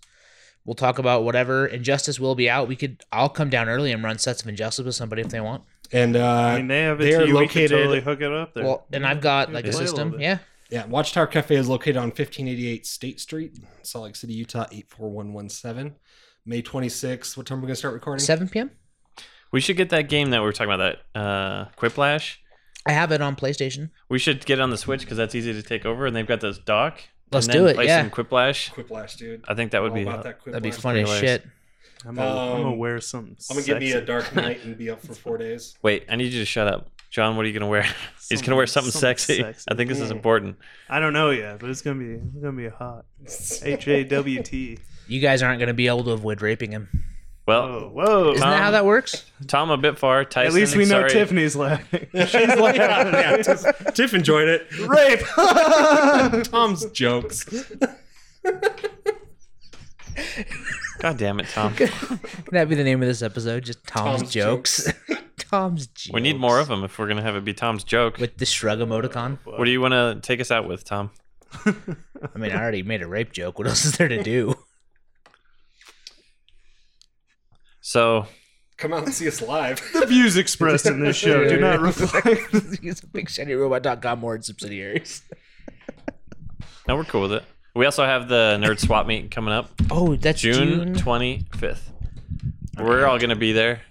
Speaker 5: We'll talk about whatever. Injustice will be out. We could. I'll come down early and run sets of Injustice with somebody if they want.
Speaker 7: And uh,
Speaker 8: I mean, they have it.
Speaker 7: They
Speaker 8: to
Speaker 7: are
Speaker 8: you.
Speaker 7: located-
Speaker 8: We could totally hook it up there.
Speaker 5: Well, and I've got like a
Speaker 8: Play a little
Speaker 5: system.
Speaker 8: bit.
Speaker 5: yeah.
Speaker 7: yeah, Watchtower Cafe is located on 1588 State Street, Salt Lake City, Utah 84117. May 26th. What time are we gonna start recording?
Speaker 5: 7 p.m.
Speaker 3: We should get that game that we were talking about, that uh, Quiplash.
Speaker 5: I have it on PlayStation.
Speaker 3: We should get on the Switch because that's easy to take over, and they've got this dock.
Speaker 5: Let's
Speaker 3: and then
Speaker 5: do it,
Speaker 3: Play
Speaker 5: yeah.
Speaker 3: some Quiplash.
Speaker 7: Quiplash, dude.
Speaker 3: I think that
Speaker 8: Oh,
Speaker 3: would
Speaker 7: All
Speaker 3: be.
Speaker 7: about that Quiplash.
Speaker 5: That'd be funny as
Speaker 3: hilarious.
Speaker 5: shit.
Speaker 8: I'm gonna
Speaker 7: um,
Speaker 8: wear something.
Speaker 7: I'm gonna get me a
Speaker 8: sexy.
Speaker 7: dark night and be up for four days.
Speaker 3: Wait, I need you to shut up, John. What are you gonna wear? He's gonna wear something, sexy. I think this is
Speaker 7: Mm.
Speaker 3: important.
Speaker 8: I don't know yet, but it's gonna be it's gonna be hot. H A W T.
Speaker 5: You guys aren't going to be able to avoid raping him.
Speaker 3: Well,
Speaker 8: Oh, whoa!
Speaker 5: Isn't that how
Speaker 3: Um,
Speaker 5: that works?
Speaker 3: Tom a bit far. Tyson,
Speaker 8: At least we know
Speaker 3: sorry.
Speaker 8: Tiffany's laughing. She's laughing.
Speaker 7: yeah, Tiff, Tiff enjoyed it.
Speaker 8: Rape.
Speaker 7: Tom's jokes.
Speaker 3: God damn it, Tom.
Speaker 5: Can that be the name of this episode? Just Tom's,
Speaker 7: Tom's
Speaker 5: jokes. Tom's jokes.
Speaker 3: we need more of them if we're gonna have it be Tom's joke.
Speaker 5: With the shrug emoticon.
Speaker 3: what do you want to take us out with, Tom?
Speaker 5: I mean, I already made a rape joke. What else is there to do?
Speaker 3: So
Speaker 7: Come out and see us live.
Speaker 8: The views expressed in this show do not reflect.
Speaker 5: Use BigShinyRobot.com word subsidiaries.
Speaker 3: no, we're cool with it. We also have the Nerd Swap Meet coming up
Speaker 5: Oh, that's
Speaker 3: June
Speaker 5: June.
Speaker 3: twenty fifth. We're all gonna be there.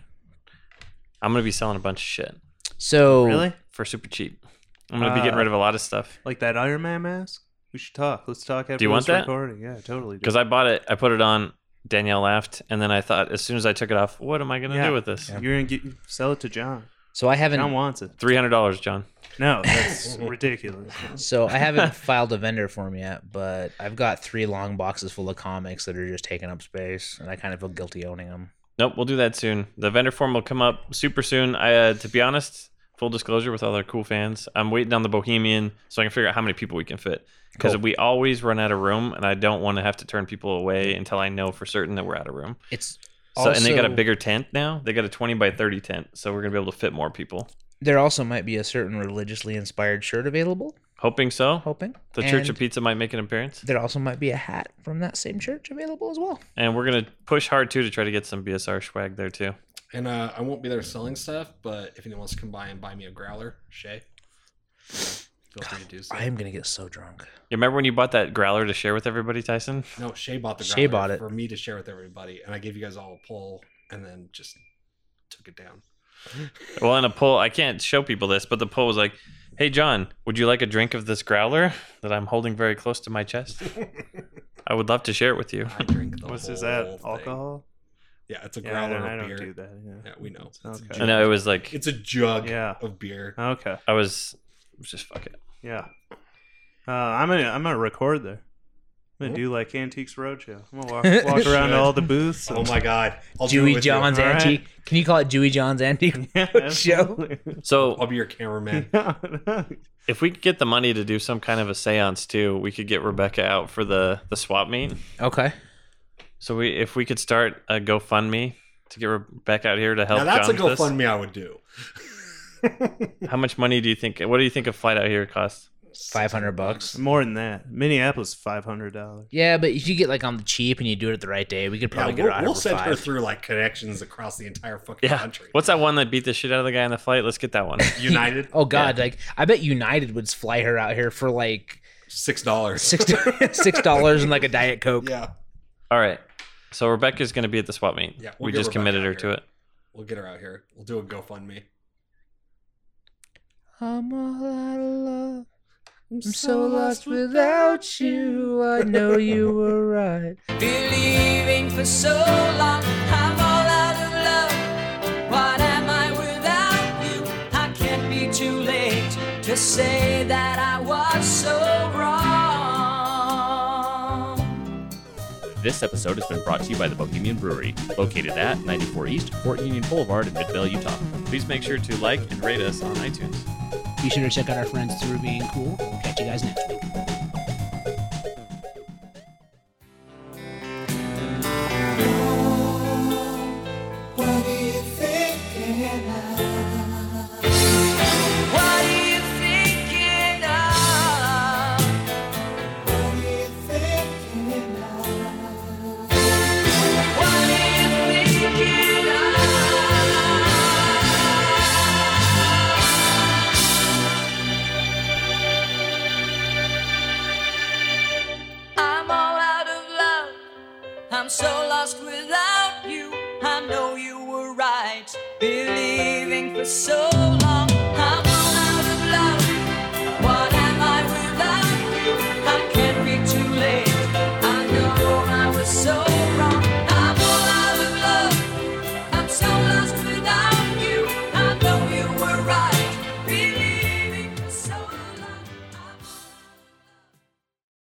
Speaker 3: I'm gonna be selling a bunch of shit
Speaker 5: so
Speaker 8: really?
Speaker 3: for super cheap. I'm gonna be getting
Speaker 8: Uh,
Speaker 3: rid of a lot of stuff
Speaker 8: Like that Iron Man mask? We should talk. Let's talk after
Speaker 3: you want
Speaker 8: this
Speaker 3: that?
Speaker 8: recording. Yeah, totally. dude.
Speaker 3: because I bought it. I put it on. Danielle laughed, and then I thought, as soon as I took it off, what am I gonna
Speaker 8: Yeah.
Speaker 3: do with this?
Speaker 8: You're gonna get sell it to John.
Speaker 5: so I haven't
Speaker 8: John wants it.
Speaker 3: Three hundred dollars, John.
Speaker 8: No, that's ridiculous.
Speaker 5: so I haven't filed a vendor form yet, but I've got three long boxes full of comics that are just taking up space, and I kind of feel guilty owning them.
Speaker 3: Nope, we'll do that soon. The vendor form will come up super soon. I, uh, to be honest, full disclosure with all our cool fans, I'm waiting on the Bohemian so I can figure out how many people we can fit because
Speaker 5: Cool.
Speaker 3: we always run out of room, and I don't want to have to turn people away until I know for certain that we're out of room.
Speaker 5: It's
Speaker 3: So, and they got a
Speaker 5: also-
Speaker 3: bigger tent now. They got a 20 by 30 tent, so we're gonna be able to fit more people.
Speaker 5: There also might be a certain religiously inspired shirt available.
Speaker 3: Hoping so.
Speaker 5: Hoping
Speaker 3: The Church of
Speaker 5: And
Speaker 3: Pizza might make an appearance,
Speaker 5: There also might be a hat from that same church available as well.
Speaker 3: and we're gonna push hard too to try to get some BSR swag there too.
Speaker 7: And uh, I won't be there selling stuff, but if anyone wants to come by and buy me a growler, Shay, feel free to do so.
Speaker 5: I am gonna get so drunk.
Speaker 3: You remember when you bought that growler to share with everybody, Tyson?
Speaker 7: No, Shay bought the growler
Speaker 5: Shay bought it.
Speaker 7: for me to share with everybody, and I gave you guys all a poll, and then just took it down.
Speaker 3: Well, in a poll, I can't show people this, but the poll was like, "Hey, John, would you like a drink of this growler that I'm holding very close to my chest? I would love to share it with you."
Speaker 7: I drink the
Speaker 8: What's
Speaker 7: whole
Speaker 8: is that?
Speaker 7: thing.
Speaker 8: Alcohol?
Speaker 7: Yeah, it's a
Speaker 8: Yeah, I
Speaker 7: growler
Speaker 8: don't, I
Speaker 7: of
Speaker 8: don't
Speaker 7: beer.
Speaker 8: do that. Yeah.
Speaker 7: Yeah, we know. It's,
Speaker 8: Sounds
Speaker 7: a
Speaker 8: good.
Speaker 3: I
Speaker 7: jug.
Speaker 3: know it was like
Speaker 7: it's a jug
Speaker 8: Yeah.
Speaker 7: of beer.
Speaker 8: Okay.
Speaker 3: I was, it was just fuck it.
Speaker 8: Yeah. Uh, I'm gonna I'm gonna record there. I'm gonna
Speaker 7: Hmm?
Speaker 8: do like Antiques Roadshow. I'm gonna walk, walk around to all the booths.
Speaker 7: Oh my god! I'll do it
Speaker 5: Dewey
Speaker 7: with you.
Speaker 5: John's
Speaker 8: All right.
Speaker 5: antique. Can you call it Dewey John's antique?
Speaker 8: Yeah,
Speaker 5: Show.
Speaker 7: I'll
Speaker 3: So
Speaker 7: be your cameraman.
Speaker 8: absolutely.
Speaker 3: if we could get the money to do some kind of a seance too, we could get Rebecca out for the the swap meet.
Speaker 5: Okay.
Speaker 3: So we, if we could start a GoFundMe to get Rebecca out here to help.
Speaker 7: now that's
Speaker 3: John
Speaker 7: a
Speaker 3: with this.
Speaker 7: GoFundMe I would do.
Speaker 3: How much money do you think? What do you think a flight out here costs?
Speaker 5: Five hundred bucks.
Speaker 8: More than that. Minneapolis five hundred dollars.
Speaker 5: Yeah, but if you get like on the cheap and you do it at the right day, we could
Speaker 7: Yeah,
Speaker 5: probably get
Speaker 7: we'll,
Speaker 5: her out
Speaker 7: we'll
Speaker 5: of her
Speaker 7: send her
Speaker 5: five.
Speaker 7: through like connections across the entire fucking
Speaker 3: Yeah.
Speaker 7: country.
Speaker 3: What's that one that beat the shit out of the guy on the flight? Let's get that one.
Speaker 7: United?
Speaker 5: Oh God! Like I bet United would fly her out here for like
Speaker 7: Six dollars.
Speaker 5: six six dollars and like a diet coke.
Speaker 7: Yeah,
Speaker 3: All right. So Rebecca's going to be at the swap meet.
Speaker 7: Yeah, we'll
Speaker 3: we
Speaker 7: get
Speaker 3: just
Speaker 7: Rebecca
Speaker 3: committed
Speaker 7: out
Speaker 3: her
Speaker 7: here.
Speaker 3: to it.
Speaker 7: we'll get her out here. We'll do a GoFundMe.
Speaker 5: I'm all out of love.
Speaker 6: I'm so lost without you. I know you were right.
Speaker 4: Believing for so long, I'm all out of love. What am I without you? I can't be too late to say that I was so wrong.
Speaker 2: This episode has been brought to you by the Bohemian Brewery, located at 94 East, Fort Union Boulevard in Midvale, Utah.
Speaker 3: Please make sure to like and rate us on iTunes.
Speaker 5: Be sure to check out our friends through being cool. We'll catch you guys next week.
Speaker 4: What are you thinking of? What are you thinking of? I'm all out of love. I'm so lost without you. I know you were right, believing for so long.